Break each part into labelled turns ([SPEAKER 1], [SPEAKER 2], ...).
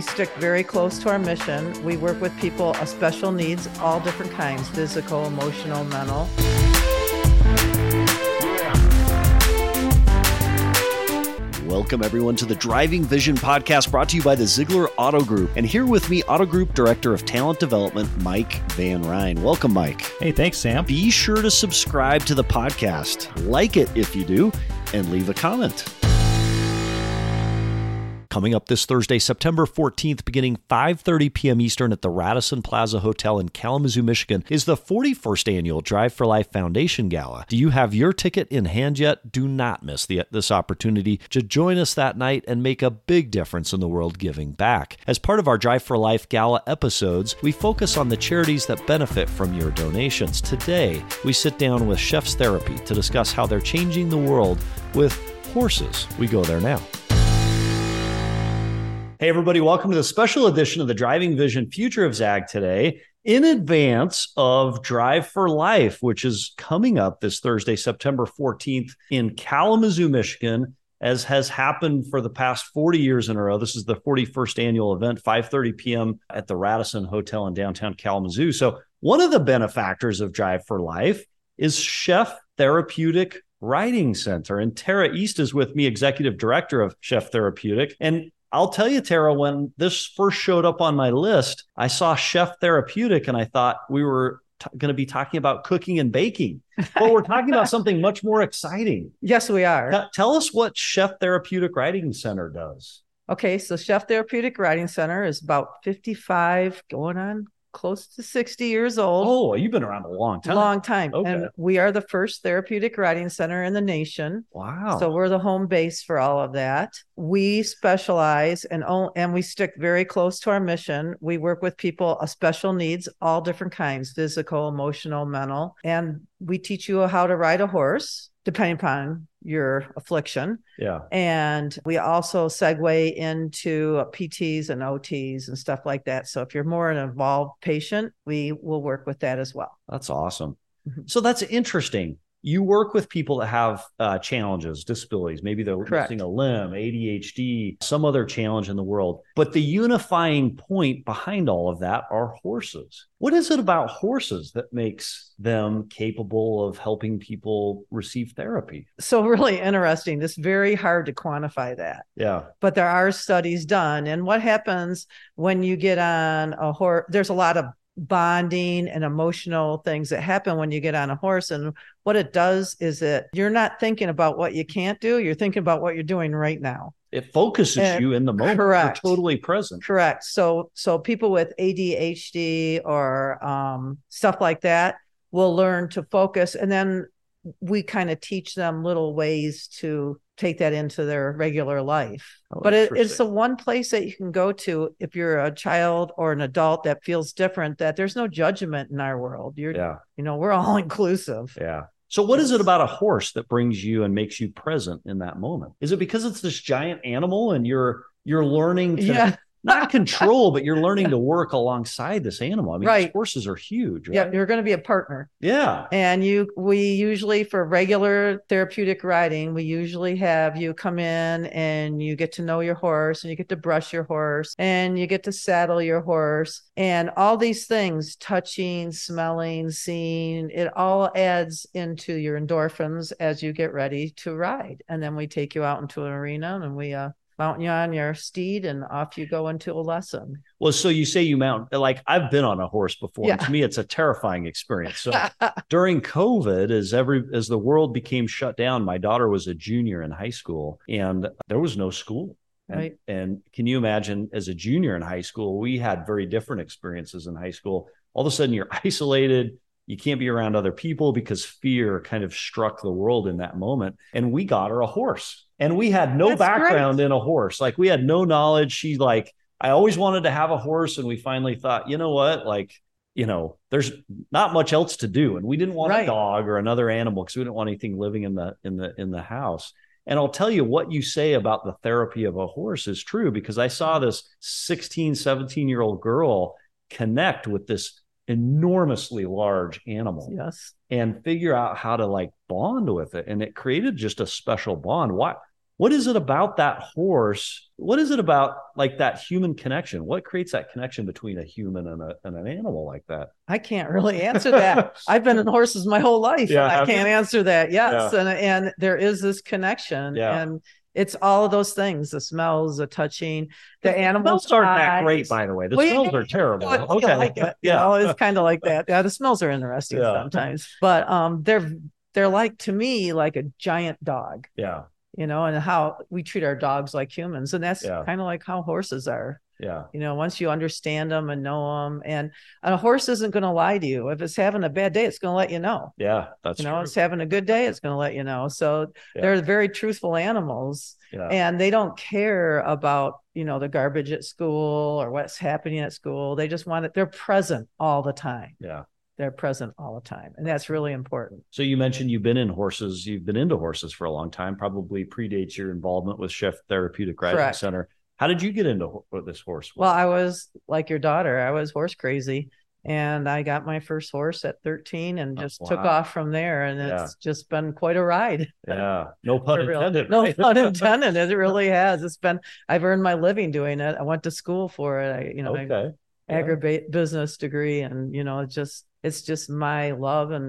[SPEAKER 1] stick very close to our mission. We work with people of special needs, all different kinds physical, emotional, mental.
[SPEAKER 2] Welcome, everyone, to the Driving Vision podcast brought to you by the Ziegler Auto Group. And here with me, Auto Group Director of Talent Development, Mike Van Ryn. Welcome, Mike.
[SPEAKER 3] Hey, thanks, Sam.
[SPEAKER 2] Be sure to subscribe to the podcast, like it if you do, and leave a comment. Coming up this Thursday, September 14th, beginning 5:30 p.m. Eastern at the Radisson Plaza Hotel in Kalamazoo, Michigan, is the 41st annual Drive for Life Foundation Gala. Do you have your ticket in hand yet? Do not miss the, this opportunity to join us that night and make a big difference in the world giving back. As part of our Drive for Life Gala episodes, we focus on the charities that benefit from your donations. Today, we sit down with Chefs Therapy to discuss how they're changing the world with horses. We go there now. Hey, everybody, welcome to the special edition of the Driving Vision Future of Zag today in advance of Drive for Life, which is coming up this Thursday, September 14th in Kalamazoo, Michigan. As has happened for the past 40 years in a row, this is the 41st annual event, 5:30 p.m. at the Radisson Hotel in downtown Kalamazoo. So, one of the benefactors of Drive for Life is Chef Therapeutic Writing Center, and Tara East is with me, executive director of Chef Therapeutic. And I'll tell you, Tara, when this first showed up on my list, I saw Chef Therapeutic and I thought we were t- going to be talking about cooking and baking, but we're talking about something much more exciting.
[SPEAKER 1] Yes, we are.
[SPEAKER 2] T- tell us what Chef Therapeutic Writing Center does.
[SPEAKER 1] Okay, so Chef Therapeutic Writing Center is about 55, going on close to 60 years old.
[SPEAKER 2] Oh, you've been around a long time.
[SPEAKER 1] Long time. Okay. And we are the first therapeutic writing center in the nation.
[SPEAKER 2] Wow.
[SPEAKER 1] So we're the home base for all of that. We specialize and and we stick very close to our mission. We work with people of special needs, all different kinds, physical, emotional, mental, and we teach you how to ride a horse depending upon your affliction.
[SPEAKER 2] Yeah.
[SPEAKER 1] And we also segue into PTs and OTs and stuff like that. So if you're more an involved patient, we will work with that as well.
[SPEAKER 2] That's awesome. Mm-hmm. So that's interesting. You work with people that have uh, challenges, disabilities, maybe they're Correct. missing a limb, ADHD, some other challenge in the world. But the unifying point behind all of that are horses. What is it about horses that makes them capable of helping people receive therapy?
[SPEAKER 1] So, really interesting. It's very hard to quantify that.
[SPEAKER 2] Yeah.
[SPEAKER 1] But there are studies done. And what happens when you get on a horse? There's a lot of bonding and emotional things that happen when you get on a horse. And what it does is it you're not thinking about what you can't do, you're thinking about what you're doing right now.
[SPEAKER 2] It focuses and, you in the moment.
[SPEAKER 1] Correct.
[SPEAKER 2] You're totally present.
[SPEAKER 1] Correct. So so people with ADHD or um, stuff like that will learn to focus and then we kind of teach them little ways to take that into their regular life. Oh, but it, it's the one place that you can go to if you're a child or an adult that feels different. That there's no judgment in our world. You're, yeah. you know, we're all inclusive.
[SPEAKER 2] Yeah. So what is it about a horse that brings you and makes you present in that moment? Is it because it's this giant animal and you're you're learning to yeah. not control, but you're learning to work alongside this animal. I mean,
[SPEAKER 1] right.
[SPEAKER 2] horses are huge. Right?
[SPEAKER 1] Yeah, you're going to be a partner.
[SPEAKER 2] Yeah.
[SPEAKER 1] And you, we usually for regular therapeutic riding, we usually have you come in and you get to know your horse, and you get to brush your horse, and you get to saddle your horse, and all these things, touching, smelling, seeing, it all adds into your endorphins as you get ready to ride. And then we take you out into an arena, and we uh, mount you on your steed and off you go into a lesson.
[SPEAKER 2] Well, so you say you mount like I've been on a horse before. Yeah. To me, it's a terrifying experience. So during COVID, as every as the world became shut down, my daughter was a junior in high school and there was no school. And,
[SPEAKER 1] right.
[SPEAKER 2] and can you imagine as a junior in high school, we had very different experiences in high school. All of a sudden you're isolated, you can't be around other people because fear kind of struck the world in that moment. And we got her a horse and we had no That's background great. in a horse. Like we had no knowledge. She like, I always wanted to have a horse. And we finally thought, you know what? Like, you know, there's not much else to do. And we didn't want right. a dog or another animal because we didn't want anything living in the, in the, in the house. And I'll tell you what you say about the therapy of a horse is true because I saw this 16, 17 year old girl connect with this enormously large animal
[SPEAKER 1] yes
[SPEAKER 2] and figure out how to like bond with it and it created just a special bond why what is it about that horse? What is it about like that human connection? What creates that connection between a human and, a, and an animal like that?
[SPEAKER 1] I can't really answer that. I've been in horses my whole life.
[SPEAKER 2] Yeah,
[SPEAKER 1] I
[SPEAKER 2] have
[SPEAKER 1] can't answer that. Yes. And and there is this connection.
[SPEAKER 2] Yeah.
[SPEAKER 1] And it's all of those things the smells, the touching, the animals.
[SPEAKER 2] smells aren't that great,
[SPEAKER 1] eyes.
[SPEAKER 2] by the way. The
[SPEAKER 1] Well, yeah,
[SPEAKER 2] smells are terrible.
[SPEAKER 1] So it's kinda
[SPEAKER 2] Okay,
[SPEAKER 1] like it, you
[SPEAKER 2] yeah.
[SPEAKER 1] know, it's kind of like that. Yeah, the smells are interesting
[SPEAKER 2] Yeah.
[SPEAKER 1] sometimes, but um, they're they're like to me like a giant dog,
[SPEAKER 2] yeah,
[SPEAKER 1] you know, and how we treat our dogs like humans, and that's
[SPEAKER 2] Yeah.
[SPEAKER 1] kind of like how horses are.
[SPEAKER 2] yeah,
[SPEAKER 1] You know, once you understand them and know them, and, and a horse isn't going to lie to you. If it's having a bad day, it's going to let you know.
[SPEAKER 2] yeah. That's
[SPEAKER 1] you know,
[SPEAKER 2] true.
[SPEAKER 1] it's having a good day, it's going to let you know. So
[SPEAKER 2] Yeah.
[SPEAKER 1] they're very truthful animals
[SPEAKER 2] Yeah.
[SPEAKER 1] and they don't care about you know the garbage at school or what's happening at school they just want it they're present all the time
[SPEAKER 2] Yeah.
[SPEAKER 1] they're present all the time and that's really important
[SPEAKER 2] So you mentioned you've been in horses, you've been into horses for a long time, probably predates your involvement with Chef Therapeutic Riding
[SPEAKER 1] Correct.
[SPEAKER 2] Center. How did you get into ho- with this horse?
[SPEAKER 1] well i was like your daughter i was horse crazy and i got my first horse at 13 and
[SPEAKER 2] Oh,
[SPEAKER 1] just took
[SPEAKER 2] wow.
[SPEAKER 1] off from there and it's just been quite a ride
[SPEAKER 2] yeah, no pun
[SPEAKER 1] for real.
[SPEAKER 2] intended.
[SPEAKER 1] No
[SPEAKER 2] right?
[SPEAKER 1] pun intended. It really has. It's been. I've earned my living doing it. I went to school for it. I, you know, I
[SPEAKER 2] okay. Yeah.
[SPEAKER 1] aggravate business degree, and you know, it's just it's just my love and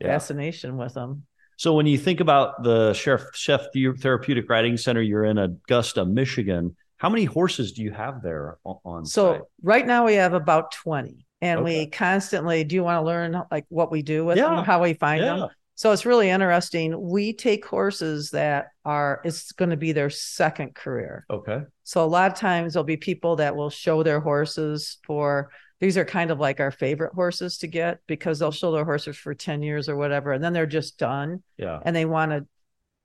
[SPEAKER 2] Yeah.
[SPEAKER 1] fascination with them.
[SPEAKER 2] So when you think about the Chef Chef Therapeutic Riding Center, you're in Augusta, Michigan. How many horses do you have there o- on
[SPEAKER 1] So
[SPEAKER 2] site?
[SPEAKER 1] right now we have about twenty, and we
[SPEAKER 2] Okay.
[SPEAKER 1] constantly. Do you want to learn like what we do with
[SPEAKER 2] Yeah.
[SPEAKER 1] them, how we find
[SPEAKER 2] yeah,
[SPEAKER 1] them? So it's really interesting. We take horses that are it's going to be their second career.
[SPEAKER 2] okay,
[SPEAKER 1] So a lot of times there'll be people that will show their horses for these are kind of like our favorite horses to get because they'll show their horses for 10 years or whatever and then they're just done
[SPEAKER 2] yeah,
[SPEAKER 1] and they want to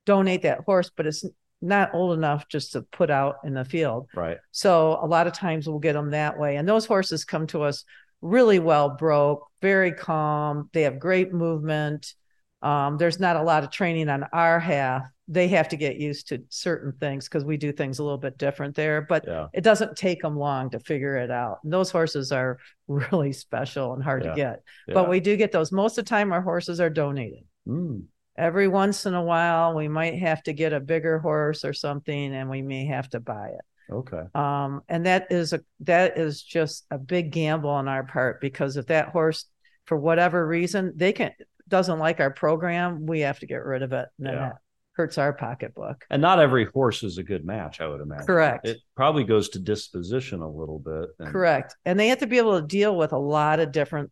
[SPEAKER 1] donate that horse but it's not old enough just to put out in the field.
[SPEAKER 2] right,
[SPEAKER 1] So a lot of times we'll get them that way and those horses come to us really well broke, very calm, they have great movement. Um, there's not a lot of training on our half. They have to get used to certain things because we do things a little bit different there, but
[SPEAKER 2] yeah,
[SPEAKER 1] it doesn't take them long to figure it out. And those horses are really special and hard
[SPEAKER 2] Yeah,
[SPEAKER 1] to get,
[SPEAKER 2] yeah.
[SPEAKER 1] but we do get those. Most of the time, our horses are donated.
[SPEAKER 2] Mm,
[SPEAKER 1] Every once in a while, we might have to get a bigger horse or something, and we may have to buy it.
[SPEAKER 2] okay,
[SPEAKER 1] Um, and that is a that is just a big gamble on our part because if that horse, for whatever reason, they can doesn't like our program, we have to get rid of it, and then
[SPEAKER 2] Yeah.
[SPEAKER 1] that hurts our pocketbook.
[SPEAKER 2] and not every horse is a good match, I would imagine.
[SPEAKER 1] Correct.
[SPEAKER 2] It probably goes to disposition a little bit. and-
[SPEAKER 1] Correct. And they have to be able to deal with a lot of different,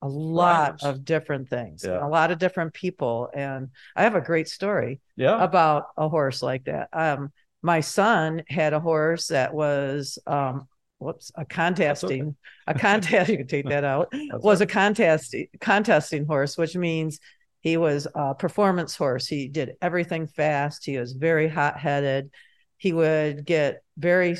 [SPEAKER 1] a lot
[SPEAKER 2] Riders.
[SPEAKER 1] of different things, and
[SPEAKER 2] Yeah.
[SPEAKER 1] a lot of different people. And I have a great story
[SPEAKER 2] Yeah.
[SPEAKER 1] about a horse like that. Um, my son had a horse that was, um, whoops, a contesting, a contest. You can take that out.
[SPEAKER 2] That's
[SPEAKER 1] Was a contest contesting horse, which means he was a performance horse. He did everything fast. He was very hot headed. He would get very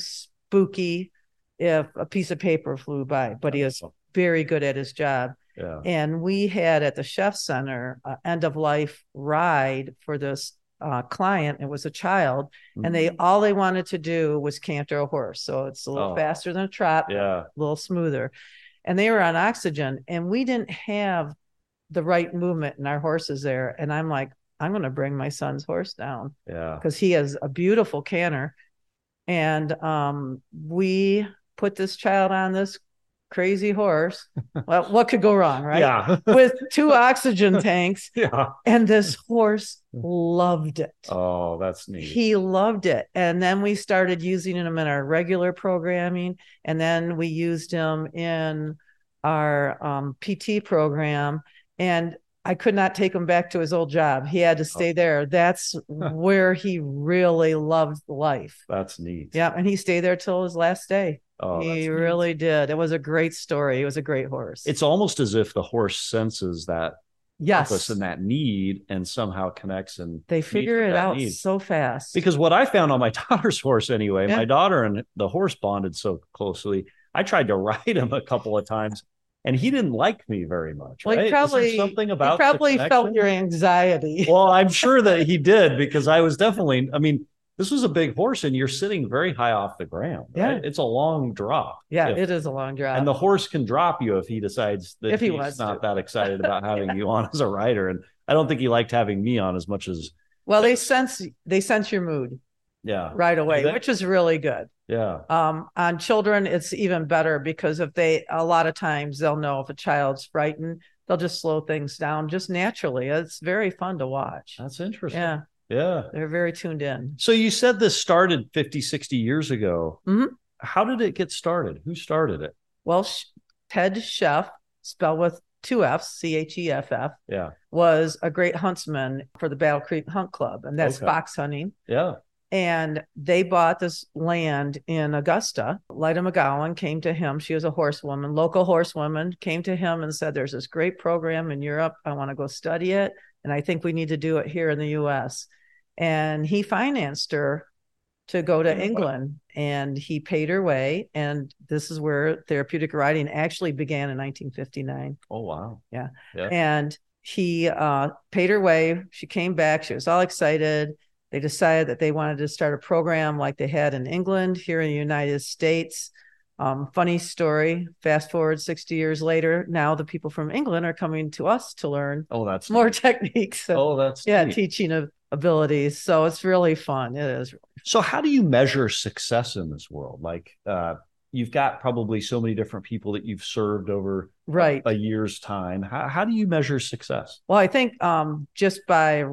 [SPEAKER 1] spooky if a piece of paper flew by, but he was very good at his job.
[SPEAKER 2] Yeah.
[SPEAKER 1] And we had at the Chef Center an end of life ride for this uh, client. It was a child, and they all they wanted to do was canter a horse. So it's a little
[SPEAKER 2] Mm-hmm. Oh.
[SPEAKER 1] faster than a trot,
[SPEAKER 2] Yeah.
[SPEAKER 1] a little smoother. And they were on oxygen, and we didn't have the right movement in our horses there. And I'm like, I'm going to bring my son's horse down
[SPEAKER 2] Yeah.
[SPEAKER 1] because he has a beautiful canter. And um, we put this child on this crazy horse. well, what could go wrong, right?
[SPEAKER 2] Yeah.
[SPEAKER 1] With two oxygen tanks,
[SPEAKER 2] yeah.
[SPEAKER 1] and this horse loved it.
[SPEAKER 2] Oh, that's neat.
[SPEAKER 1] He loved it. And then we started using him in our regular programming. And then we used him in our um, PT program. And I could not take him back to his old job. He had to
[SPEAKER 2] Oh.
[SPEAKER 1] stay there. That's where he really loved life.
[SPEAKER 2] that's neat.
[SPEAKER 1] Yeah. And he stayed there till his last day.
[SPEAKER 2] Oh, that's
[SPEAKER 1] he
[SPEAKER 2] neat.
[SPEAKER 1] really did. It was a great story. It was a great horse.
[SPEAKER 2] It's almost as if the horse senses that purpose
[SPEAKER 1] yes.
[SPEAKER 2] and that need and somehow connects and
[SPEAKER 1] They figure it
[SPEAKER 2] that
[SPEAKER 1] out
[SPEAKER 2] need.
[SPEAKER 1] so fast.
[SPEAKER 2] because what I found on my daughter's horse anyway,
[SPEAKER 1] Yeah.
[SPEAKER 2] my daughter and the horse bonded so closely. I tried to ride him a couple of times and he didn't like me very much.
[SPEAKER 1] Well, he
[SPEAKER 2] right? Is there
[SPEAKER 1] probably-
[SPEAKER 2] something
[SPEAKER 1] you
[SPEAKER 2] about the
[SPEAKER 1] probably felt
[SPEAKER 2] connection?
[SPEAKER 1] your anxiety.
[SPEAKER 2] well, I'm sure that he did because I was definitely, I mean, this was a big horse and you're sitting very high off the ground. right? It's a long drop.
[SPEAKER 1] yeah,
[SPEAKER 2] If-
[SPEAKER 1] it is a long drive.
[SPEAKER 2] and the horse can drop you if he decides that
[SPEAKER 1] If he
[SPEAKER 2] he's
[SPEAKER 1] wants
[SPEAKER 2] not
[SPEAKER 1] to.
[SPEAKER 2] that excited about having you on as a rider. And I don't think he liked having me on as much as
[SPEAKER 1] Well, they
[SPEAKER 2] Yes.
[SPEAKER 1] sense they sense your mood.
[SPEAKER 2] Yeah.
[SPEAKER 1] right away,
[SPEAKER 2] that-
[SPEAKER 1] which is really good.
[SPEAKER 2] Yeah.
[SPEAKER 1] Um, on children, it's even better because if they, a lot of times they'll know if a child's frightened, they'll just slow things down just naturally. It's very fun to watch.
[SPEAKER 2] That's interesting.
[SPEAKER 1] Yeah,
[SPEAKER 2] yeah.
[SPEAKER 1] they're very tuned in.
[SPEAKER 2] So you said this started 50, 60 years ago.
[SPEAKER 1] Mhm.
[SPEAKER 2] How did it get started? Who started it?
[SPEAKER 1] Well, Sh- Ted Chef, spelled with two F's, C H E F F,
[SPEAKER 2] Yeah.
[SPEAKER 1] was a great huntsman for the Battle Creek Hunt Club, and that's
[SPEAKER 2] Okay.
[SPEAKER 1] fox hunting.
[SPEAKER 2] Yeah.
[SPEAKER 1] And they bought this land in Augusta. Lida McGowan came to him. She was a horsewoman, local horsewoman, came to him and said, There's this great program in Europe. I want to go study it. And I think we need to do it here in the US. And he financed her to go to England and he paid her way. And this is where therapeutic riding actually began in 1959
[SPEAKER 2] Oh, wow.
[SPEAKER 1] and he uh, paid her way. She came back. She was all excited. They decided that they wanted to start a program like they had in England, here in the United States. Um, funny story. Fast forward 60 years later, now the people from England are coming to us to learn
[SPEAKER 2] Oh, that's
[SPEAKER 1] more techniques and
[SPEAKER 2] Oh, that's
[SPEAKER 1] yeah,
[SPEAKER 2] neat.
[SPEAKER 1] teaching ab- abilities. So it's really fun. It is.
[SPEAKER 2] So, how do you measure success in this world? Like, uh, you've got probably so many different people that you've served over
[SPEAKER 1] Right.
[SPEAKER 2] a year's time. How, how do you measure success?
[SPEAKER 1] Well, I think um, just by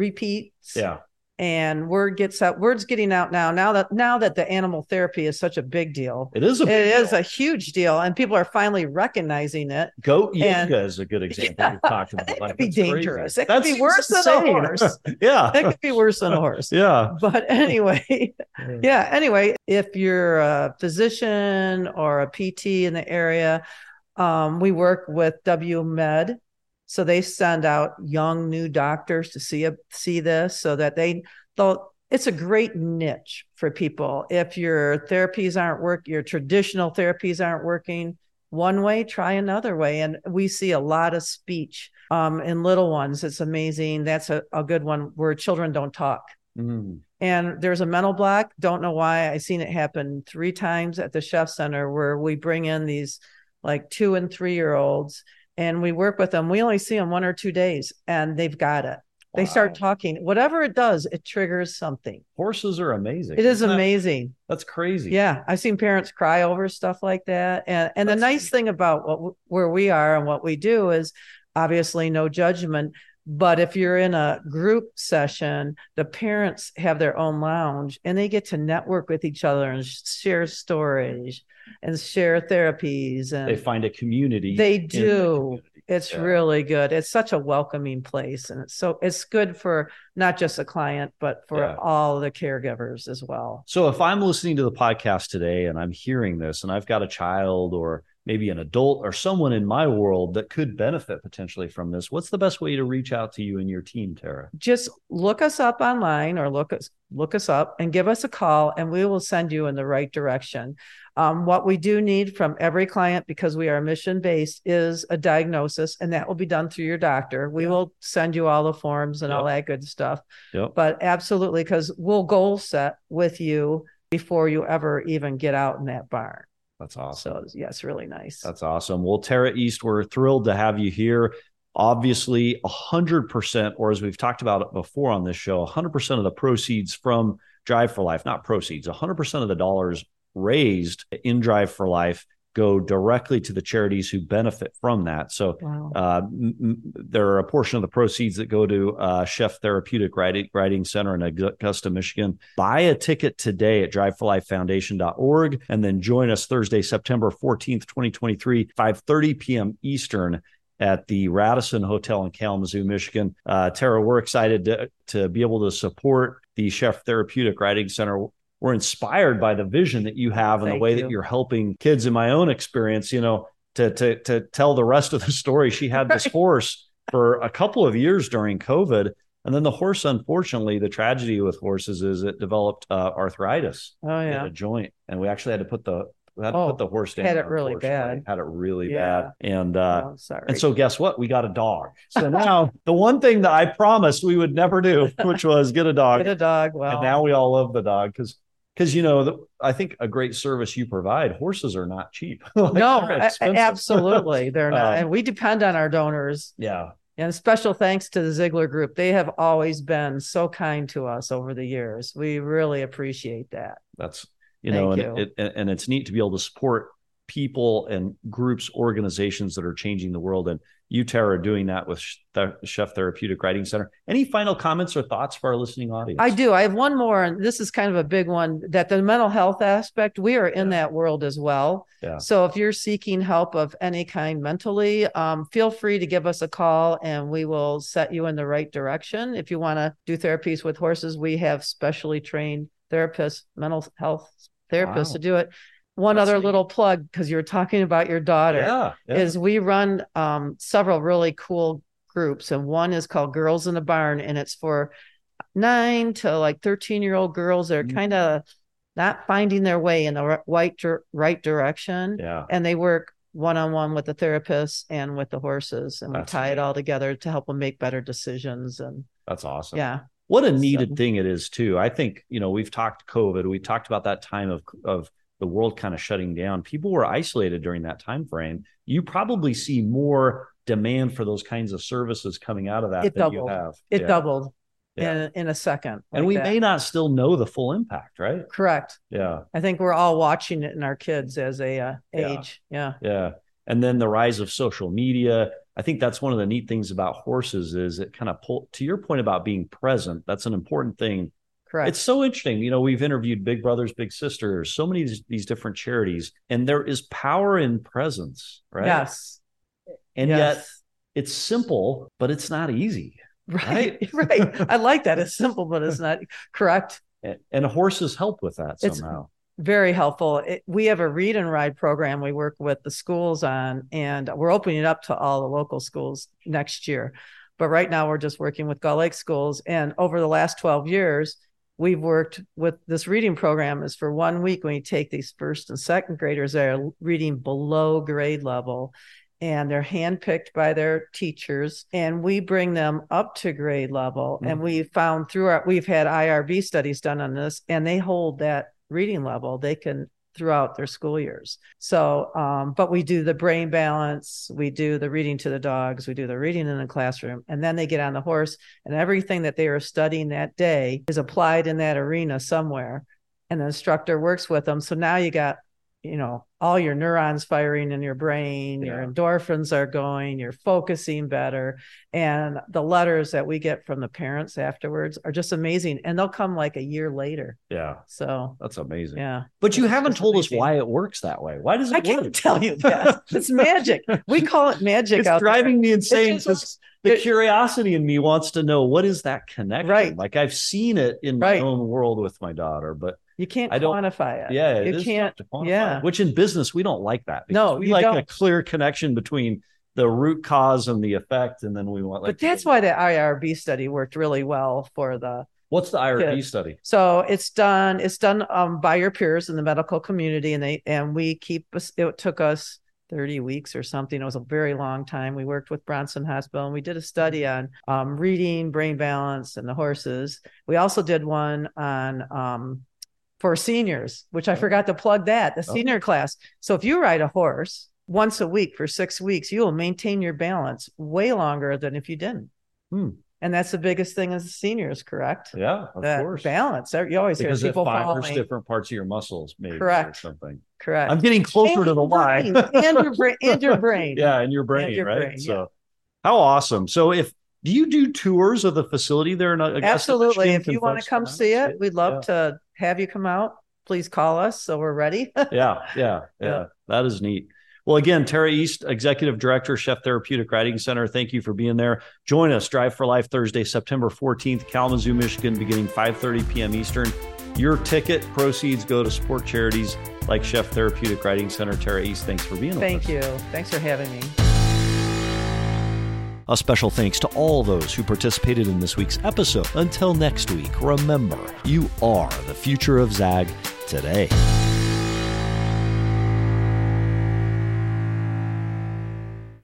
[SPEAKER 1] repeats
[SPEAKER 2] Yeah.
[SPEAKER 1] and word gets out, word's getting out now. Now that now that the animal therapy is such a big deal,
[SPEAKER 2] It is a
[SPEAKER 1] it is a huge deal and people are finally recognizing it
[SPEAKER 2] goat
[SPEAKER 1] and-
[SPEAKER 2] yoga is a good example.
[SPEAKER 1] Yeah.
[SPEAKER 2] We've talked about
[SPEAKER 1] that
[SPEAKER 2] Like,
[SPEAKER 1] could be
[SPEAKER 2] that's crazy.
[SPEAKER 1] dangerous it could
[SPEAKER 2] That's
[SPEAKER 1] be worse than a
[SPEAKER 2] insane.
[SPEAKER 1] horse that
[SPEAKER 2] yeah.
[SPEAKER 1] could be worse than a horse
[SPEAKER 2] Yeah.
[SPEAKER 1] but anyway yeah anyway if you're a physician or a pt in the area um, we work with w med so they send out young new doctors to see a, see this so that they they'll it's a great niche for people if your therapies aren't work your traditional therapies aren't working one way try another way and we see a lot of speech um, in little ones it's amazing that's a, a good one where children don't talk
[SPEAKER 2] Mm.
[SPEAKER 1] and there's a mental block don't know why i seen it happen three times at the chef center where we bring in these like two and three year olds and we work with them we only see them one or two days and they've got it they start
[SPEAKER 2] Wow.
[SPEAKER 1] talking whatever it does it triggers something
[SPEAKER 2] Horses are amazing.
[SPEAKER 1] it is
[SPEAKER 2] Isn't that-
[SPEAKER 1] amazing
[SPEAKER 2] That's crazy.
[SPEAKER 1] yeah, I've seen parents cry over stuff like that. And and the
[SPEAKER 2] That's
[SPEAKER 1] nice
[SPEAKER 2] neat.
[SPEAKER 1] thing about what w- where we are and what we do is obviously no judgment. But if you're in a group session, the parents have their own lounge and they get to network with each other and sh- share stories and share therapies. And
[SPEAKER 2] They find a community.
[SPEAKER 1] They
[SPEAKER 2] in the
[SPEAKER 1] do.
[SPEAKER 2] community.
[SPEAKER 1] it's
[SPEAKER 2] Yeah.
[SPEAKER 1] really good. It's such a welcoming place. And it's so it's good for not just the client, but for
[SPEAKER 2] Yeah.
[SPEAKER 1] all the caregivers as well.
[SPEAKER 2] So if I'm listening to the podcast today and I'm hearing this and I've got a child or maybe an adult or someone in my world that could benefit potentially from this, what's the best way to reach out to you and your team, Tara?
[SPEAKER 1] just look us up online or look us look us up and give us a call and we will send you in the right direction um, what we do need from every client because we are mission based is a diagnosis and that will be done through your doctor we will send you all the forms and all that good stuff
[SPEAKER 2] Yep.
[SPEAKER 1] but absolutely because we'll goal set with you before you ever even get out in that barn
[SPEAKER 2] That's
[SPEAKER 1] so
[SPEAKER 2] awesome.
[SPEAKER 1] yeah it's really nice
[SPEAKER 2] That's awesome. Well, Tara East, we're thrilled to have you here. Obviously, 100%, or as we've talked about it before on this show, 100% of the proceeds from Drive for Life, not proceeds, 100% of the dollars raised in Drive for Life go directly to the charities who benefit from that. So
[SPEAKER 1] wow
[SPEAKER 2] uh, m- m- there are a portion of the proceeds that go to uh, Chef Therapeutic Writing, Writing Center in Augusta, Michigan. Buy a ticket today at driveforlifefoundation.org and then join us Thursday, September 14th, 2023, 5.30 p.m. Eastern at the Radisson Hotel in Kalamazoo, Michigan. Uh, Tara, we're excited to, to be able to support the Chef Therapeutic Writing Center. We're inspired by the vision that you have and the
[SPEAKER 1] Thank
[SPEAKER 2] way
[SPEAKER 1] you.
[SPEAKER 2] that you're helping kids in my own experience, you know, to to to tell the rest of the story. She had this
[SPEAKER 1] Right.
[SPEAKER 2] horse for a couple of years during COVID, and then the horse, unfortunately, the tragedy with horses is it developed uh, arthritis
[SPEAKER 1] oh
[SPEAKER 2] at
[SPEAKER 1] yeah
[SPEAKER 2] a joint, and we actually had to put the we had to
[SPEAKER 1] Oh,
[SPEAKER 2] put the horse down.
[SPEAKER 1] had it really
[SPEAKER 2] unfortunately. Had it really
[SPEAKER 1] Yeah.
[SPEAKER 2] bad, and.
[SPEAKER 1] Oh,
[SPEAKER 2] uh
[SPEAKER 1] sorry
[SPEAKER 2] and so, guess what? We got a dog. So now, the one thing that I promised we would never do, which was get a dog,
[SPEAKER 1] get a dog well
[SPEAKER 2] and now we all love the dog because because you know the, I think a great service you provide. Horses are not cheap. Like,
[SPEAKER 1] no,
[SPEAKER 2] they're
[SPEAKER 1] a- a-
[SPEAKER 2] expensive.
[SPEAKER 1] absolutely. They're not.
[SPEAKER 2] Um,
[SPEAKER 1] and we depend on our donors
[SPEAKER 2] yeah,
[SPEAKER 1] And special thanks to the Ziegler Group. They have always been so kind to us over the years. We really appreciate that.
[SPEAKER 2] That's you know,
[SPEAKER 1] Thank
[SPEAKER 2] and
[SPEAKER 1] you.
[SPEAKER 2] It, and it's neat to be able to support people and groups, organizations that are changing the world. And you, Tara, are doing that with Sh- Ther- Chef Therapeutic Writing Center. Any final comments or thoughts for our listening audience?
[SPEAKER 1] I do. I have one more, and this is kind of a big one that the mental health aspect, we are in
[SPEAKER 2] Yeah.
[SPEAKER 1] that world as well.
[SPEAKER 2] Yeah.
[SPEAKER 1] So if you're seeking help of any kind mentally, um, feel free to give us a call and we will set you in the right direction. If you want to do therapies with horses, we have specially trained therapists, mental health therapists
[SPEAKER 2] Wow.
[SPEAKER 1] to do it. One
[SPEAKER 2] That's
[SPEAKER 1] other
[SPEAKER 2] neat.
[SPEAKER 1] little plug because you were talking about your daughter
[SPEAKER 2] Yeah, yeah.
[SPEAKER 1] is we run um, several really cool groups, and one is called Girls in the Barn, and it's for nine to like thirteen year old girls that are
[SPEAKER 2] Mm.
[SPEAKER 1] kind of not finding their way in the ri- white dir- right direction,
[SPEAKER 2] yeah.
[SPEAKER 1] and they work one on one with the therapists and with the horses, and
[SPEAKER 2] That's
[SPEAKER 1] we tie it all together to help them make better decisions. And
[SPEAKER 2] That's awesome.
[SPEAKER 1] yeah,
[SPEAKER 2] What a needed
[SPEAKER 1] So-
[SPEAKER 2] thing it is too. I think, you know, we've talked COVID, we talked about that time of of the world kind of shutting down. People were isolated during that time frame. You probably see more demand for those kinds of services coming out of that
[SPEAKER 1] It
[SPEAKER 2] than you
[SPEAKER 1] doubled.
[SPEAKER 2] have.
[SPEAKER 1] it
[SPEAKER 2] Yeah.
[SPEAKER 1] doubled
[SPEAKER 2] Yeah.
[SPEAKER 1] in in a second,
[SPEAKER 2] And
[SPEAKER 1] like
[SPEAKER 2] we
[SPEAKER 1] that.
[SPEAKER 2] may not still know the full impact, right?
[SPEAKER 1] correct.
[SPEAKER 2] Yeah.
[SPEAKER 1] I think we're all watching it in our kids as they uh,
[SPEAKER 2] Yeah.
[SPEAKER 1] age. Yeah.
[SPEAKER 2] Yeah. And then the rise of social media. I think that's one of the neat things about horses is it kind of pull to your point about being present. That's an important thing
[SPEAKER 1] correct.
[SPEAKER 2] It's so interesting. You know, we've interviewed Big Brothers Big Sisters, so many of these- these different charities, and there is power in presence, right?
[SPEAKER 1] Yes.
[SPEAKER 2] And
[SPEAKER 1] yes.
[SPEAKER 2] yet it's simple, but it's not easy.
[SPEAKER 1] Right, right. I like that. It's simple, but it's not correct.
[SPEAKER 2] And, and horses help with that
[SPEAKER 1] It's-
[SPEAKER 2] somehow.
[SPEAKER 1] Very helpful. It, we have a read and ride program we work with the schools on, and we're opening it up to all the local schools next year. But right now, we're just working with Gull Lake schools. And over the last 12 years, we've worked with this reading program is for one week when you take these first and second graders that are reading below grade level and they're handpicked by their teachers and we bring them up to grade level and
[SPEAKER 2] Mhm.
[SPEAKER 1] we found through our we've had irb studies done on this and they hold that reading level they can throughout their school years so um, but we do the brain balance we do the reading to the dogs we do the reading in the classroom and then they get on the horse and everything that they are studying that day is applied in that arena somewhere and the instructor works with them so now you got you know all your neurons firing in your brain
[SPEAKER 2] Yeah.
[SPEAKER 1] your endorphins are going you're focusing better and the letters that we get from the parents afterwards are just amazing and they'll come like a year later
[SPEAKER 2] Yeah.
[SPEAKER 1] so
[SPEAKER 2] That's amazing.
[SPEAKER 1] yeah
[SPEAKER 2] But you
[SPEAKER 1] It's
[SPEAKER 2] haven't
[SPEAKER 1] just
[SPEAKER 2] told
[SPEAKER 1] amazing.
[SPEAKER 2] us why it works that way. Why does it
[SPEAKER 1] i
[SPEAKER 2] work?
[SPEAKER 1] can't tell you that it's magic we call it magic
[SPEAKER 2] it's
[SPEAKER 1] out there.
[SPEAKER 2] driving me insane
[SPEAKER 1] just-
[SPEAKER 2] because the
[SPEAKER 1] it-
[SPEAKER 2] curiosity in me wants to know what is that connection?
[SPEAKER 1] Right.
[SPEAKER 2] Like I've seen it in
[SPEAKER 1] Right.
[SPEAKER 2] my own world with my daughter, but
[SPEAKER 1] you can't
[SPEAKER 2] I don't-
[SPEAKER 1] quantify it
[SPEAKER 2] Yeah, it
[SPEAKER 1] you
[SPEAKER 2] is
[SPEAKER 1] can't
[SPEAKER 2] tough to quantify,
[SPEAKER 1] yeah.
[SPEAKER 2] Which in business we don't like that.
[SPEAKER 1] No,
[SPEAKER 2] because we
[SPEAKER 1] you
[SPEAKER 2] like a
[SPEAKER 1] don't.
[SPEAKER 2] clear connection between the root cause and the effect, and then we want like.
[SPEAKER 1] but that's why the irb study worked really well for the
[SPEAKER 2] What's the IRB
[SPEAKER 1] Yeah.
[SPEAKER 2] study?
[SPEAKER 1] So it's done. It's done um, by your peers in the medical community, and they and we keep. us- It took us thirty weeks or something. It was a very long time. We worked with Bronson Hospital, and we did a study on um, reading, brain balance, and the horses. We also did one on um, for seniors, which I forgot to plug that the
[SPEAKER 2] Oh.
[SPEAKER 1] senior class. So if you ride a horse once a week for six weeks, you will maintain your balance way longer than if you didn't.
[SPEAKER 2] Hmm.
[SPEAKER 1] And that's the biggest thing as seniors, correct?
[SPEAKER 2] Yeah, of
[SPEAKER 1] that
[SPEAKER 2] course.
[SPEAKER 1] balance. There- You always
[SPEAKER 2] because
[SPEAKER 1] hear
[SPEAKER 2] it
[SPEAKER 1] people
[SPEAKER 2] fires
[SPEAKER 1] falling.
[SPEAKER 2] different parts of your muscles, maybe or
[SPEAKER 1] Correct.
[SPEAKER 2] something.
[SPEAKER 1] Correct.
[SPEAKER 2] I'm getting closer to the why.
[SPEAKER 1] brain, and your brain. And your brain.
[SPEAKER 2] yeah, in your brain,
[SPEAKER 1] your
[SPEAKER 2] right?
[SPEAKER 1] brain,
[SPEAKER 2] so, how awesome! So, if do you do tours of the facility there in Augusta,
[SPEAKER 1] Absolutely.
[SPEAKER 2] Michigan?
[SPEAKER 1] If you
[SPEAKER 2] Can
[SPEAKER 1] want
[SPEAKER 2] folks
[SPEAKER 1] to come
[SPEAKER 2] out and
[SPEAKER 1] see it, we'd love
[SPEAKER 2] Yeah.
[SPEAKER 1] to have you come out. Please call us so we're ready.
[SPEAKER 2] yeah, yeah, yeah,
[SPEAKER 1] Yeah.
[SPEAKER 2] That is neat. Well, again, Tara East, Executive Director, Chef Therapeutic Writing Center. Thank you for being there. Join us Drive for Life Thursday, September 14th, Kalamazoo, Michigan, beginning 5:30 p.m. Eastern. Your ticket proceeds go to support charities like Chef Therapeutic Writing Center. Tara East, thanks for being with us.
[SPEAKER 1] Thank you. Thanks for having me.
[SPEAKER 2] A special thanks to all those who participated in this week's episode. Until next week, remember, you are the future of Zag today.